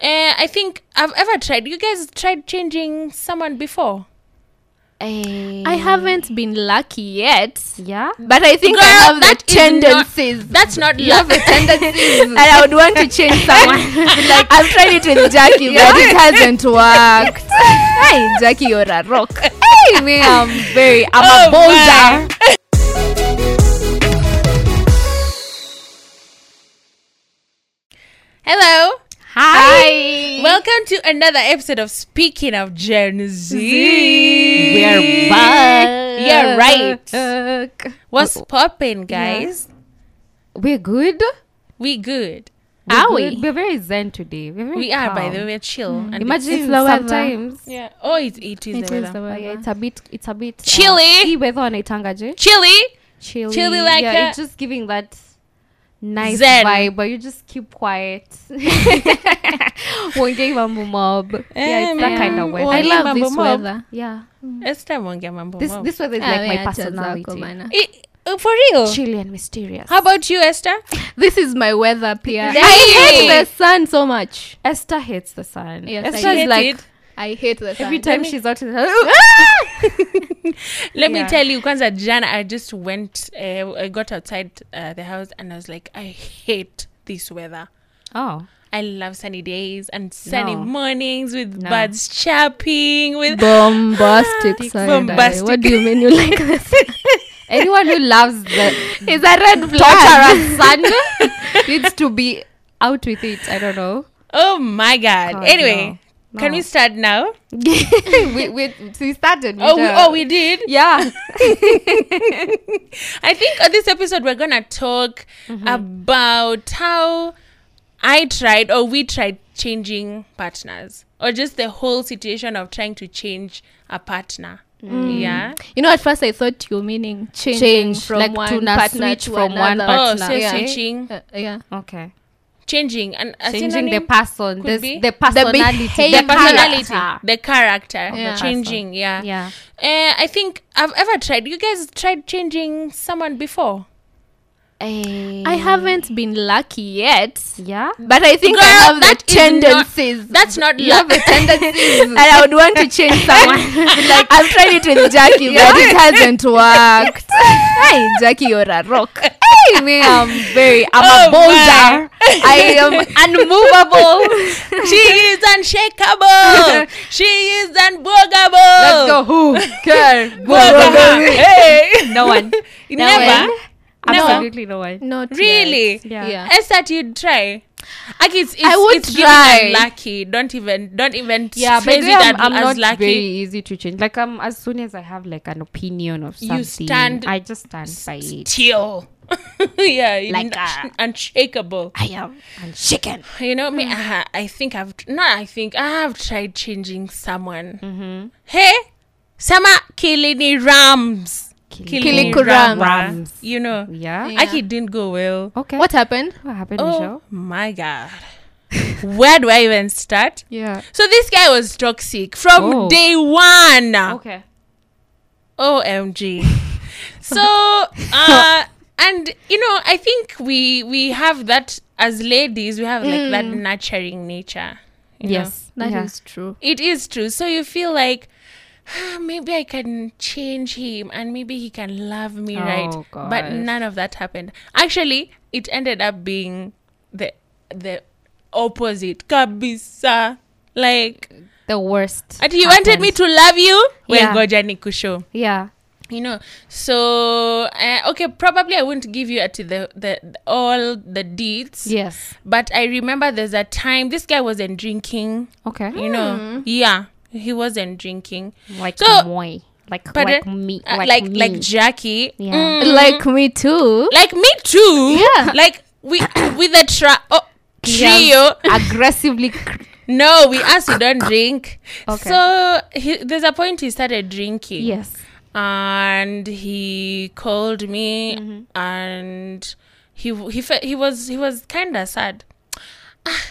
Uh, I think I've ever tried. You guys tried changing someone before? I haven't been lucky yet, Eh, Yeah. but I think I Girl, have the that is not- tendencies. That's not you have love. a tendencies, and I would want to change someone. like I've tried it with Jackie, but it hasn't worked. hey, Jackie, you're a rock. Hey, me, I'm very, I'm Oh, a boulder. Hello. Hi. Welcome to another episode of Speaking of Gen Z. we are back. Yeah, right. Back. What's poppin', guys? We're good. We good. We're Are good. we? We're very zen today. We're very We are, calm. by the way, we're chill. And Imagine It's the weather. sometimes. yeah. Oh, it, it is the weather. Like, it's a bit. It's a bit. Chilly. Uh, hii weather wanaitangaaje? Chilly. Chilly. Chilly like yeah, a- it's just giving that nice Zen. vibe, but you just keep quiet. Wongei mambo mob. Yeah, it's that kind of weather. I Wongei love mambo this mob. weather. yeah. Esther Mwanga mambo This mob. this weather is Ah, like my yeah, chaza yako personality. bana. I- uh, for real. Chilly and mysterious. How about you, Esther? This is my weather, Pia. Hey! I hate the sun so much. Esther hates the sun. Yes, I Esther hate is like it. I hate the sun. every time me- she's out in the Let me Yeah. tell you, Kwanza Jana, I just went, uh, I got outside uh, the house and I was like, I hate this weather. Oh. I love sunny days and sunny No. mornings with No. birds chirping. With bombastic Ah, side eye. bombastic. What do you mean you like this? Anyone who loves the Is that red torturous flag? sun needs to be out with it. I don't know. oh my god! God, anyway, no. can No. we start now? we, we, we started. with Oh, we, the- oh, we did. Yeah. I think on this episode we're gonna talk about how I tried or we tried changing partners, or just the whole situation of trying to change a partner. Yeah. You know, at first I thought you meaning changing Change, from like one to na- partner switch to from one another. Oh, partner. so yeah. switching, Uh, yeah. Okay. changing, and a Changing the synonym? person. could This, be the personality. behavior. the personality, character. the character, Yeah. changing. Yeah. Yeah. Uh, I think I've ever tried. You guys tried changing someone before? I haven't been lucky yet, Eh. Yeah. but I think I Girl, have the that is not- tendencies. That's not you have love. a tendencies, and I would want to change someone. like I've tried it with Jackie, but it hasn't worked. hey, Jackie, you're a rock. Hey, me, I'm very, I'm Oh, a boulder. I am unmovable. she is unshakable. she is unbogable. Let's go. Oh. Who? Girl. Go, go, go. hey. No one. Never. Absolutely no one. Not yet. Really? Yeah. Yeah. Is that you'd try? Like it's, it's I would it's try. Lucky. Don't even don't even Yeah, but phrase it I'm, as- I'm as not lucky. very easy to change. Like, um, as soon as I have like an opinion of something, You stand I just stand by it. Still. yeah, you Like kn- a- unshakable. I am unshaken. You know me. Hmm. I, I think I've not. I think I have tried changing someone. Hmm. Mm-hmm. Hey, sama kilini rams. Kilini rams. Rams. You know, Yeah. I Aki didn't go well. Okay. What happened? What happened, Oh Michelle? my god. Where do I even start? Yeah. So this guy was toxic from Oh. day one. Ah. Okay. OMG. so uh and you know, I think we we have that as ladies, we have like that nurturing nature. you know. Mm. Yes. That is yeah. true. It is true. So you feel like "Ah, maybe I can change him and maybe he can love me, right? Oh, But gosh. none of that happened. Actually, it ended up being the the opposite. Kabisa. Like The worst. Ati, you wanted me to love you? Well, Yeah. ngoja nikushow. Yeah. You know, so uh, okay, probably I won't give you ati the, the the all the deeds, Yes. but I remember there's a time this guy wasn't drinking. Okay. You know, Mm. yeah, he wasn't drinking. Like So- moi. Like Pardon? like me. Uh, Like like me. like Jackie, Yeah. Mm. Like me too. like me too. Yeah. like we with the tra- oh, trio. Yeah. aggressively. Cr- No, we asked you don't drink. Okay. So he, there's a point he started drinking. yes. and he called me and he he fe- he was he was kind of sad Ah,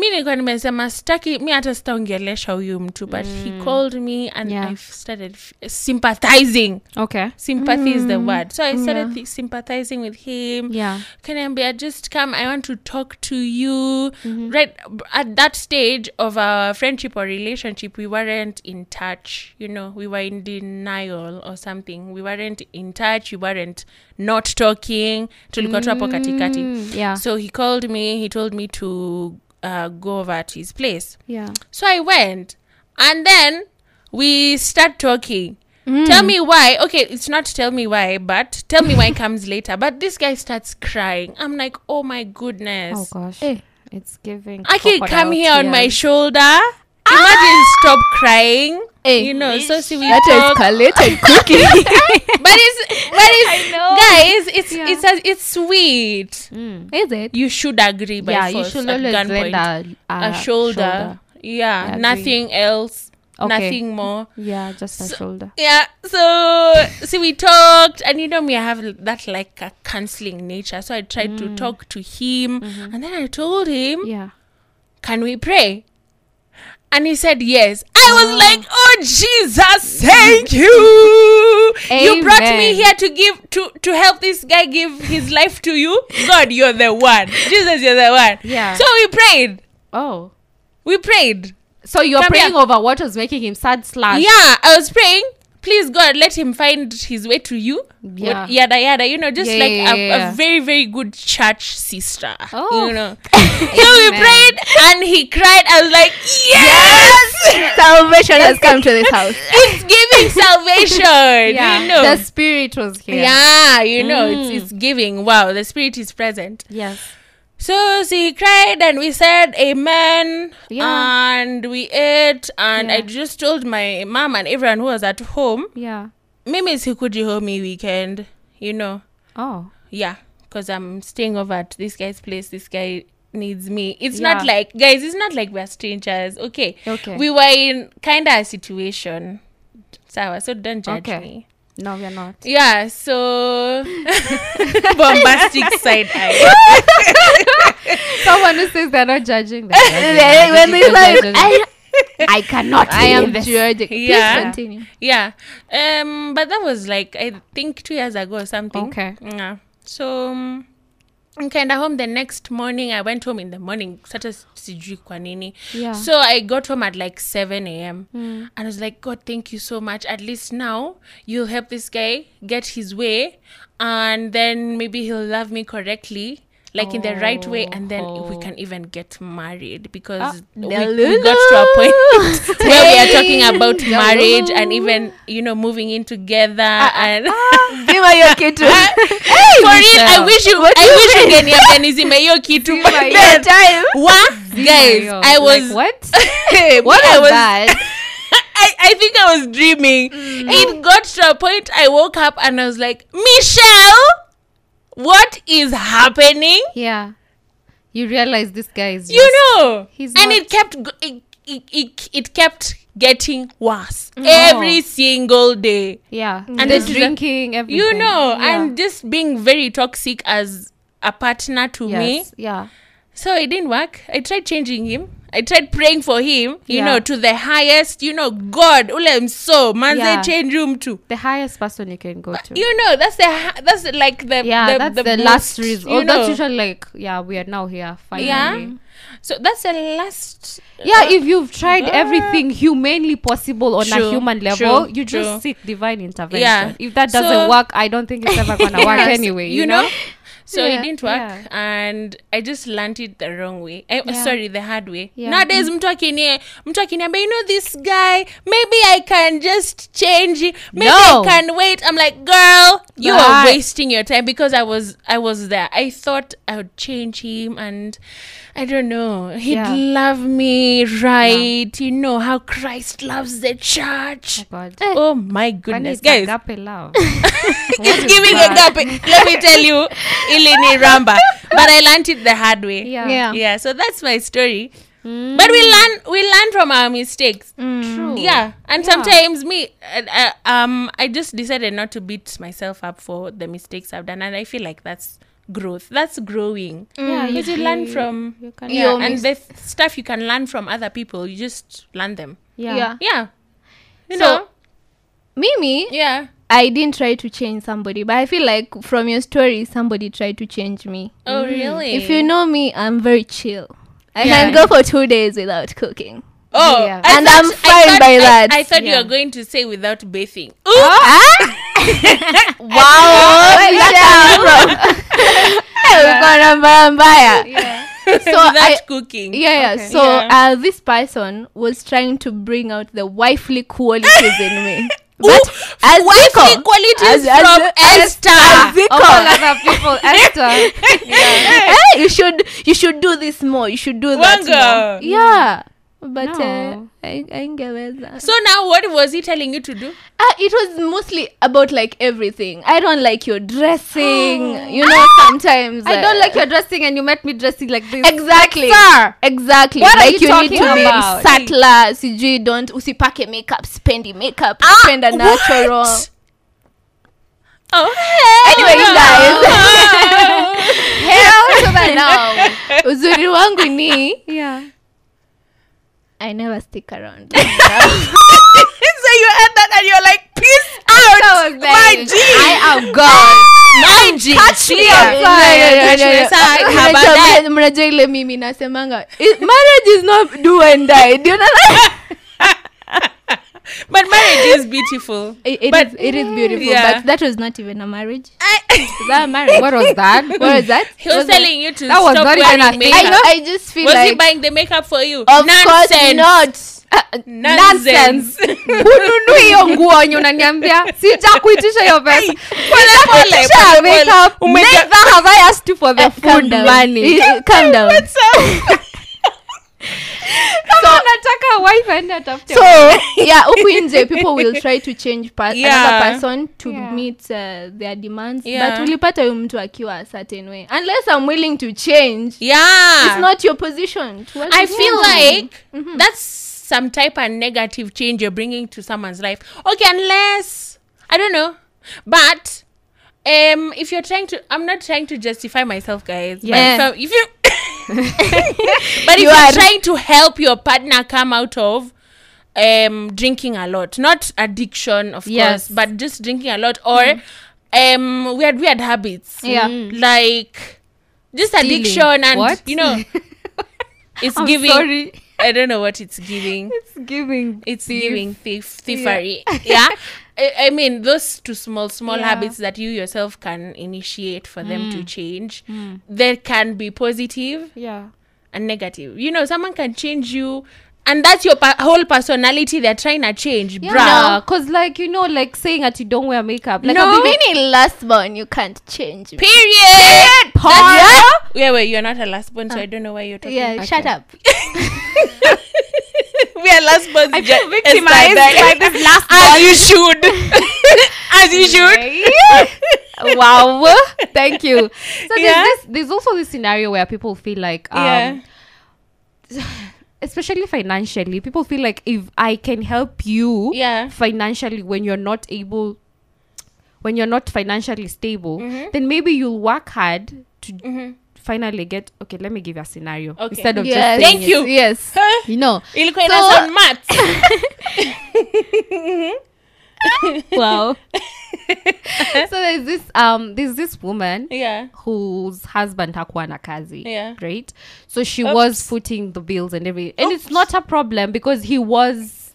mi nilikuwa nimesema sitaki mi hata sitaongelesha huyu mtu but he called me and Yeah. i started f- sympathizing okay sympathy is the word so i started Yeah. th- sympathizing with him yeah kaniambia just come i want to talk to you right at that stage of our friendship or relationship we weren't in touch you know we were in denial or something we weren't in touch we weren't not talking tulikuwa tu hapo katikati Mm, yeah so he called me he told me to uh, go over to his place yeah so I went, and then we start talking. Hmm. Tell me why. Okay, it's not tell me why, but tell me why comes later. But this guy starts crying. I'm like, oh my goodness. oh gosh Eh. it's giving I can crocodile come here on my tears. Ah! shoulder. Imagine stop crying. Eh, you know, so see we That talk. escalated quickly. But it's but it's guys, it's Yeah. it's a, it's sweet. Mm. Is it? You should agree by yeah you force should at always gunpoint. lend a, A shoulder. I Yeah, agree. nothing else. Okay. Nothing more. yeah just a So- shoulder Yeah, so so we talked, and you know me, I have l- that like a counseling nature. So I tried to talk to him, and then I told him, Mm. Mm-hmm. yeah "Can we pray?" And he said yes. I was Ah. like, "Oh Jesus, thank you! You brought me Amen. here to give to to help this guy give his life to you. God, you're the one. Jesus, you're the one." Yeah. So we prayed. oh We prayed. so you're From praying here- over what was making him sad slash yeah, I was praying. Please God, let him find his way to you. Yeah. What- yada yada. You know, just Yeah, like yeah, a, yeah, yeah. a very very good church sister. Oh. You know. so we Amen. prayed and he cried. I was like, yes, Salvation has come to this house. it's giving salvation. Yeah. You know. the spirit was here yeah, you know, Mm. it's, it's giving. Wow, the spirit is present. yes So she cried and we said amen Yeah. and we ate and I Yeah. just told my mom and everyone who was at home yeah mimi sikuji home weekend you know oh yeah because i'm staying over at this guy's place this guy needs me it's not Yeah. like guys it's not like we're strangers okay Okay. we were in kind of a situation sawa so don't judge Okay. me no we're not yeah so bombastic side eye someone who says they're not judging them when we like, I, I cannot I am this. judging. Yeah. Please continue. yeah um but that was like i think two years ago or something Okay. yeah so um, nkaenda home the next morning i went home in the morning sata s- sijui kwa nini Yeah. Mm. so i got home at like 7 a.m and i was like god thank you so much at least now you'll help this guy get his way and then maybe he'll love me correctly like in the right way and then we Oh. Ah, can even get married because we, la we la got to a point where we are talking about Yeah. marriage and even you know moving in together Ah, and Zima hiyo kitu. Hey, for real i Michelle. wish you What do i you wish mean? ungeniambia nizime hiyo kitu Zima but hiyo. then- Your time. What? guys Mario, i was like, what What I was, was that? I, I think I was dreaming. Mm-hmm. It got to a point I woke up and I was like, Michelle, what is happening? yeah you realize this guy is You know, He's and not- it kept go- it, it, it, it kept getting worse every single day. yeah And and this this is a- drinking everything You know, yeah. and just being very toxic as a partner to me. yes. yeah So it didn't work. I tried changing him. I tried praying for him, you Yeah. know, to the highest, you know, God, ule mso, manze Yeah. change room too. the highest person you can go to You know, that's the ha- that's like the yeah the, that's the the, last most, reason you oh that's know. usually like yeah we are now here finally Yeah. So that's the last. Yeah, if you've tried everything humanely possible on Ah. True, a human true, level, you just true. seek divine intervention. Yeah. If that doesn't So- work, I don't think it's ever gonna work Yes, anyway. you know. So Yeah, it didn't work, yeah. and I just learned it the wrong way. I, Yeah. Sorry, the hard way. Yeah. Nowadays, mtu akini mtu akiniambia, you know this guy, maybe I can just change. it. Maybe I No. can wait. I'm like, girl, you are Right. wasting your time because I was I was there. I thought I would change him, and I don't know, he'd Yeah. love me right. You know how Christ loves the church. Oh God. Oh my Kwani goodness, it's guys! agape love. it's giving a gap. Let me tell you, Ilini Ramba. But I learned it the hard way. Yeah. Yeah. Yeah. So that's my story. But we learn we learn from our mistakes. True. Yeah. And sometimes me, uh, uh, um, I just decided not to beat myself up for the mistakes I've done, and I feel like that's growth that's growing Yeah, because you learn from you can- yeah, Your and mis- the th- stuff you can learn from other people you just learn them yeah. yeah. yeah you So- know Mimi, yeah I didn't try to change somebody, but I feel like from your story, somebody tried to change me. oh really If you know me, I'm very chill. I Yeah. can go for two days without cooking. oh Yeah. I And thought- I'm I fine thought- by I- that. i thought you Yeah. were going to say without bathing Ah! wow, where did that come from? Hey, we're gonna mbaya mbaya. so without I- cooking Yeah, yeah. Okay. So Yeah. Uh, this person was trying to bring out the wifely qualities in me. But Ooh, as wifely Zico- qualities as- from as- Esther. Oh as Zico. Of all other people, Esther. Eh, you should you should do this more. You should do that Wanga. more. Yeah. But uh, No. I I ngeweza. so now what was he telling you to do Uh, it was mostly about like everything. I don't like your dressing. you know, sometimes I don't uh, like your dressing, and you met me dressing like this. exactly Sir. exactly What are like you you need talking to be about? subtler sijui don't usipake makeup spendi makeup spenda natural Ah, what? oh Anyway, you guys hell to the now uzuri wangu ni Yeah. i never stick around so you had that and you're like peace out was my like, G I Oh, am God. my G Yeah, Yeah. yeah, yeah, yeah, yeah. Sasa, Mnajua- how about that? mnajua ile mimi nasemanga "It- marriage is not do and die do you know that? but marriage is beautiful It- it But- is- it is beautiful Yeah. but that was not even a marriage I- Is that a marriage What was that? Mm. what was that he was that- telling you to That was stop not even a wearing thing. I, makeup know, I just feel was like he buying the makeup for you Of course nonsense not. Uh, nonsense ununui hiyo nguo enye unaniambia sijakuitisha hiyo pesa pole, Sijakuitisha pole, pole. makeup. Umeja- Neither have I asked you for the Uh, food Eh, money. Uh, Calm down. Kama unataka wife aende atafute So yeah, huku nje people will try to change per- Yeah. another person to Yeah. meet uh, their demands. Yeah. But ulipata huyu mtu akiwa a certain way. Unless I'm willing to change, yeah it's not your position. to want I to feel change. like Mm-hmm. that's some type of negative change you're bringing to someone's life. Okay, unless I don't know, but um, if you're trying to, I'm not trying to justify myself, guys. Yeah. But if, you, but if You you are are- trying to help your partner come out of um drinking a lot, not addiction, of Yes. Mm. course, but just drinking a lot or um weird weird habits. Yeah. Like just addiction and Mm. What? you know it's I'm giving sorry. I don't know what it's giving. It's giving. It's Thief. giving thief thievery. Yeah. I, I mean those two small small Yeah. Mm. habits that you yourself can initiate for them to change. There can be positive Yeah. and negative. You know, someone can change you and that's your pa- whole personality they're trying to change, Yeah, bruh. cause like you know, like saying that you don't wear makeup. Like No. I'm thinking, Being last born, you can't change. me. Period. Paul. That's- Yeah, wait, you're not a last born, Ah. so I don't know why you're talking. Yeah, shut up. we are last born. I feel victimized by this last As you should. As you should. wow thank you so Yeah. there's, this, there's also this scenario where people feel like um, Yeah. especially financially people feel like if i can help you Yeah. financially when you're not able when you're not financially stable Mm-hmm. then maybe you'll work hard to finally get okay let me give you a scenario Okay. instead of Yes. just saying Thank you. Yes. you know ilikuwa So- inasound maths. wow so there's this um there's this woman yeah whose husband hakuwa na kazi Yeah. right so she was footing the bills and everything and it's not a problem because he was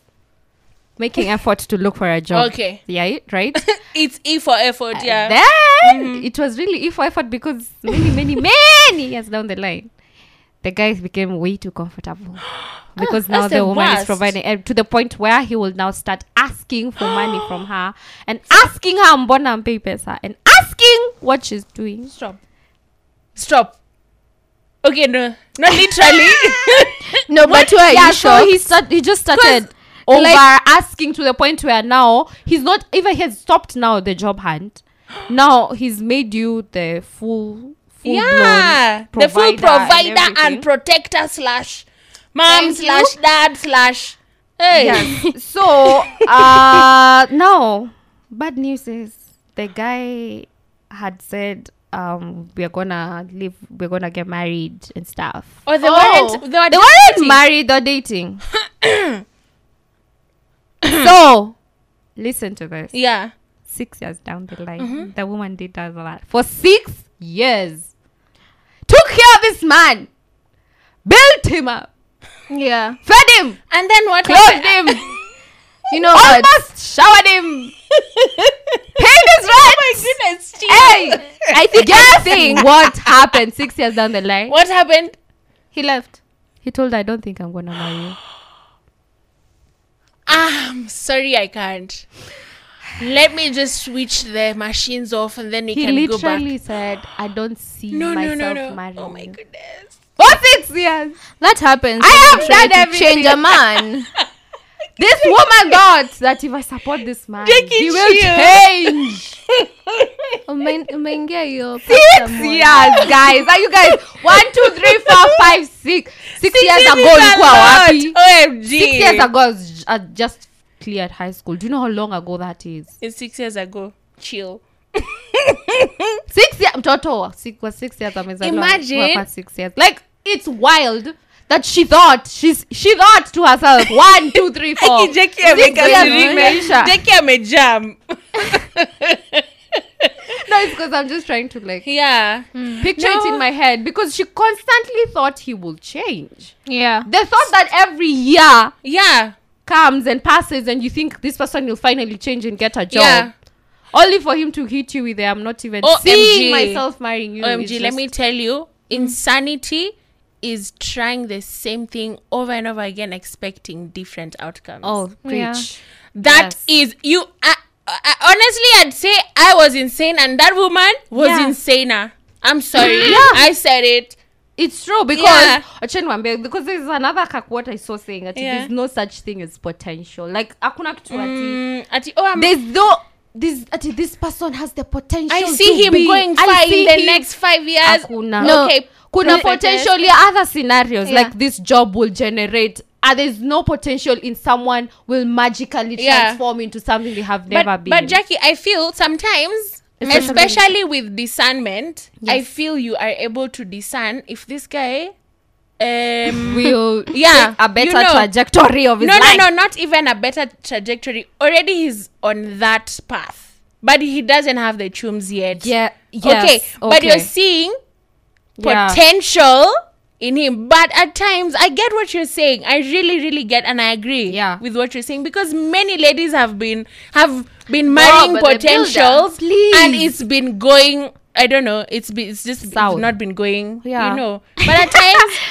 making effort to look for a job Okay. yeah right it's e for Uh, effort yeah Mm-hmm. then it was really if effort because many many many years down the line the guy became way too comfortable because now that's the the woman worst. is providing and to the point where he will now start asking for money from her and asking her mbona mpei pesa and asking what she's doing stop stop okay no not literally No, but why are yeah, you so sure? he start, he just started 'Cause, over like- asking to the point where now he's not even he has stopped now the job hunt. Now he's made you the full, full yeah blown the full provider and, everything. protector slash mom Thank you. slash dad slash hey yes. so uh now bad news is the guy had said um we're gonna live we're gonna get married and stuff Or they Oh. weren't. They, were they dating. weren't married they're dating so listen to this Yeah. Mm-hmm. six years down the line the woman did that a lot for six years took care of this man built him up yeah fed him And then what? clothed him you know what almost showered him paid his Oh rent my goodness, Steve. hey i think guess what happened six years down the line What happened? he left he told her i don't think i'm gonna marry you Ah, I'm sorry, I can't. Let me just switch the machines off and then we he can go back. literally said i don't see No, no, myself no, no. marrying Oh my you." goodness. for six years that happens I when have you try done to everything. change a man this woman thought that if i support this man Jackie he will Chan. change Ume- umeingia hiyo six pattern one. years guys are you guys one two three four five six six years This ago is a ulikuwa lot. Oh, wapi OMG. six years ago I was- I just cleared high school do you know how long ago that is It's six years ago. Chill. six year, mtoto wa six, was six years amezaliwa Imagine. wa- wa- six years like it's wild that she thought she's she thought to herself one two three four Aki Jackie Six years amekasirika. imeisha. Jackie amejam. no it's because i'm just trying to like Yeah. picture it No. in my head because she constantly thought he will change yeah the thought that every year Yeah. comes and passes and you think this person will finally change and get a job Yeah. only for him to hit you with a, i'm not even OMG. seeing myself marrying you OMG, It's let just- Hmm. me tell you, insanity is trying the same thing over and over again, expecting different outcomes. oh preach Yeah. that is you. I, I, honestly, I'd say I was insane, and that woman was Yeah. insaner. I'm sorry, I said it. It's true because Yeah. Acheni niwaambie, because there's another kak what I saw saying that Yeah. there's no such thing as potential. Like hakuna kitu ati Mm, ati, oh, I'm, there's no this ati this person has the potential. I see to him be- going I far in see the him- next five years. Hakuna. No. Okay, Kuna put it like this. potentially other scenarios Yeah. like this job will generate. And there's no potential in someone will magically Yeah. transform into something they have never but, been. but Jackie, I feel sometimes, It's especially with discernment, I Yes. feel you are able to discern if this guy. Um, will Yeah, take a better you know. trajectory of his no, life. no, no, not even a better trajectory. Already he's on that path, but he doesn't have the chums yet. Yeah. Yes, okay, but you're okay. seeing Yeah. potential in him. But at times, I get what you're saying. I really, really get, and I agree Yeah. with what you're saying because many ladies have been have been but marrying the potentials, builder, and it's please. been going. I don't know. It's been it's just it's South. not been going. Yeah. you know. But at times,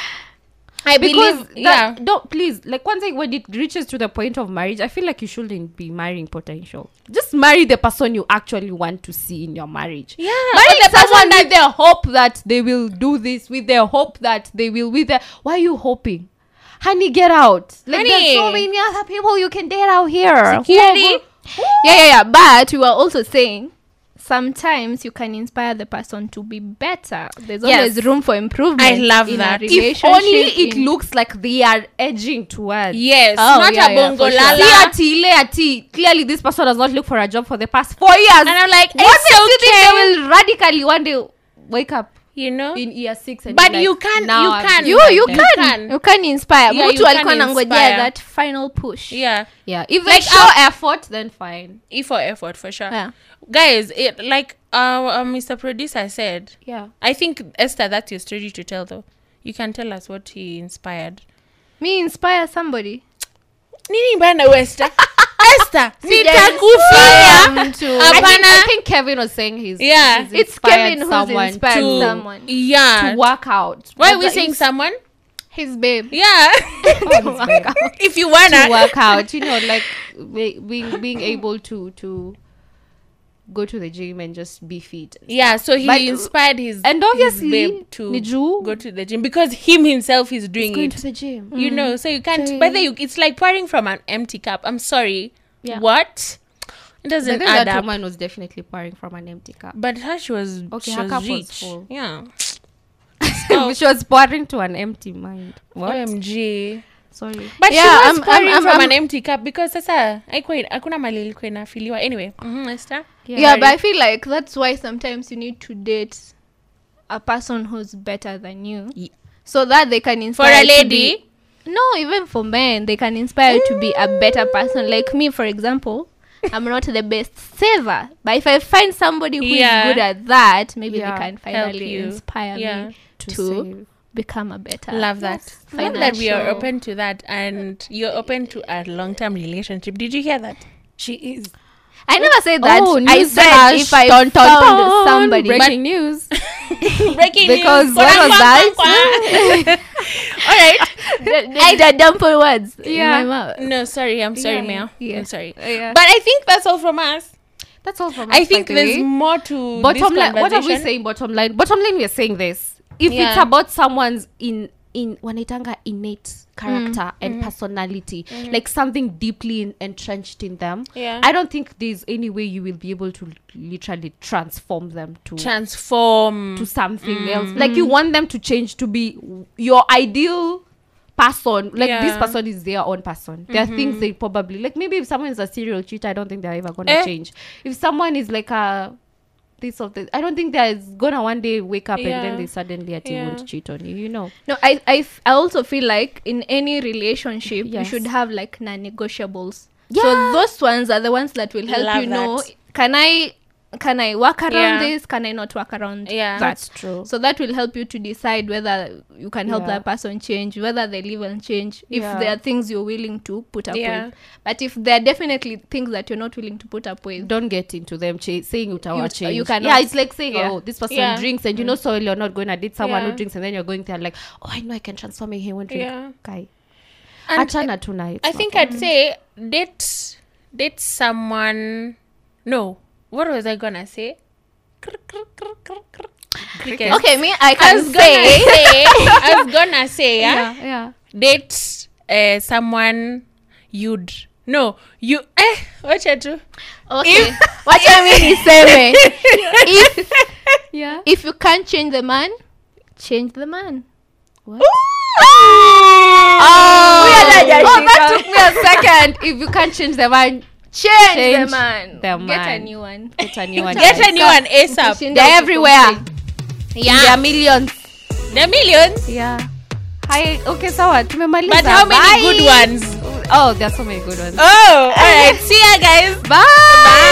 I because believe. yeah, that, don't please like once I, when it reaches to the point of marriage i feel like you shouldn't be marrying potential just marry the person you actually want to see in your marriage Yeah, marry or the person someone with the hope that they will do this with the hope that they will with the why are you hoping honey get out like there's so Honey. many other people you can date out here Who are Security. go- yeah yeah yeah but we were also saying sometimes you can inspire the person to be better there's Yes. always room for improvement I love in that. a If relationship if only it in- looks like they are edging towards Yes, Oh, not yeah, a yeah, for bongo sure. lala. See ati ile ati clearly this person has not looked for a job for the past four years. And I'm like, eh, what it's makes you think okay. they will radically one day wake up you know. in year six? And But be like, you can- now you I'm- can. you Oh, you You can, can. you can inspire Yeah, you mtu can alikuwa inspire. nangojea that final push yeah, Yeah, if they Like, show effort, then fine. E for effort for sure. Yeah. Guys, it like our uh, Mr. Producer said. Yeah. I think Esther, that's your story to tell though. You can tell us what he inspired. me inspire somebody Nini bana Esther? Esther, Sijainspire sitakufia. mtu. I think, I Hapana. think Kevin was saying he's Yeah. he's It's inspired Kevin who's someone inspired to, To- someone. Yeah. to work out. Why are Whether we saying it's- someone? his babe Yeah. Oh if you wanna to work out? You know, like be- being being able to to go to the gym and just be fit Yeah, so he But- inspired his and obviously, his babe to ni juu- go to the gym because him himself is doing going it. to the gym. you know so you can't So but then you it's like pouring from an empty cup i'm sorry Yeah. what it I doesn't think add that up woman was definitely pouring from an empty cup. but her she was Okay, she her was cup was rich full. yeah Oh. she was pouring to an empty mind. What? omg Sorry. but Yeah, she was I'm- I'm- pouring I'm- from I'm- an empty cup because sasa haikuwa- hakuna mali ilikuwa inafiliwa anyway mm-hmm, yeah but i feel like that's why sometimes you need to date a person who's better than you Ye- so that they can for inspire a you to lady be- no even for men they can inspire you to be a better person like me for example i'm not the best saver but if i find somebody who is Yeah. good at that maybe Yeah. they can Help finally you. inspire Yeah. me to become a better love that love that we are Financial. open to that and you're open to a long-term relationship did you hear that she is I never said that. Oh, I news said flash. if I Dun, dun, found dun. somebody. Breaking news. breaking Because news what Kwa- was kwa- that? kwa- kwa. all right I don't dump words Yeah. in my mouth. no sorry i'm sorry Yeah. Mel. Yeah. i'm sorry Yeah. but i think that's all from us That's all from i us, think by the there's way. more to bottom this line. What are we conversation. saying? Bottom line. Bottom line. We're saying this. If it's Yeah. about someone's in in wanaitanga innate character and personality, like something deeply in, entrenched in them. Yeah. I don't think there's any way you will be able to literally transform them to transform to something Mm. else. Like you want them to change to be w- your ideal person. Like this Yeah. Mm-hmm. person is their own person. There are things they probably like. Maybe if someone is a serial cheater, I don't think they're ever gonna Eh. change. If someone is like a this or this, I don't think they're gonna one day wake up and Yeah. then they suddenly at Yeah. won't cheat on you. You know. No, I, I, f- I also feel like in any relationship, Yes. you should have like non negotiables. Yeah. So those ones are the ones that will help Love you know that. can I can I work around Yeah. this? Can I not work around Yeah. that? That's true. So that will help you to decide whether you can help Yeah. that person change, whether they live and change, if Yeah. there are things you're willing to put up Yeah. with. But if there are definitely things that you're not willing to put up with, Don't get into them cha- saying utawa You- change. you cannot- yeah, it's like saying, Yeah. oh, this person Yeah. Mm. drinks and you know so well you're not going to date someone Yeah. who drinks and then you're going there like, oh, I know I can transform him. He won't drink. Yeah. Guy. And Achana tuna. It's I not think I'd say date date someone. No, what was I gonna say? Krr, krr, krr, krr, krr. Cricket. okay, me I I can was gonna say say. I was gonna say. Yeah. yeah, yeah. Date uh, someone you'd no you eh what you do okay. What I mean is same. If Yeah. if you can't change the man, change the man. What? Oh, Oh, that took me a second. If you can't change the mind, change, Change the man. the Get man. a new one. get a new one. get a guys. new one asap Kushinda They're everywhere. yeah There are millions. the millions Yeah. Hi. Okay, sawa. Tumemaliza. but how many Bye. good ones Oh, there are so many good ones. oh all right see ya guys Bye.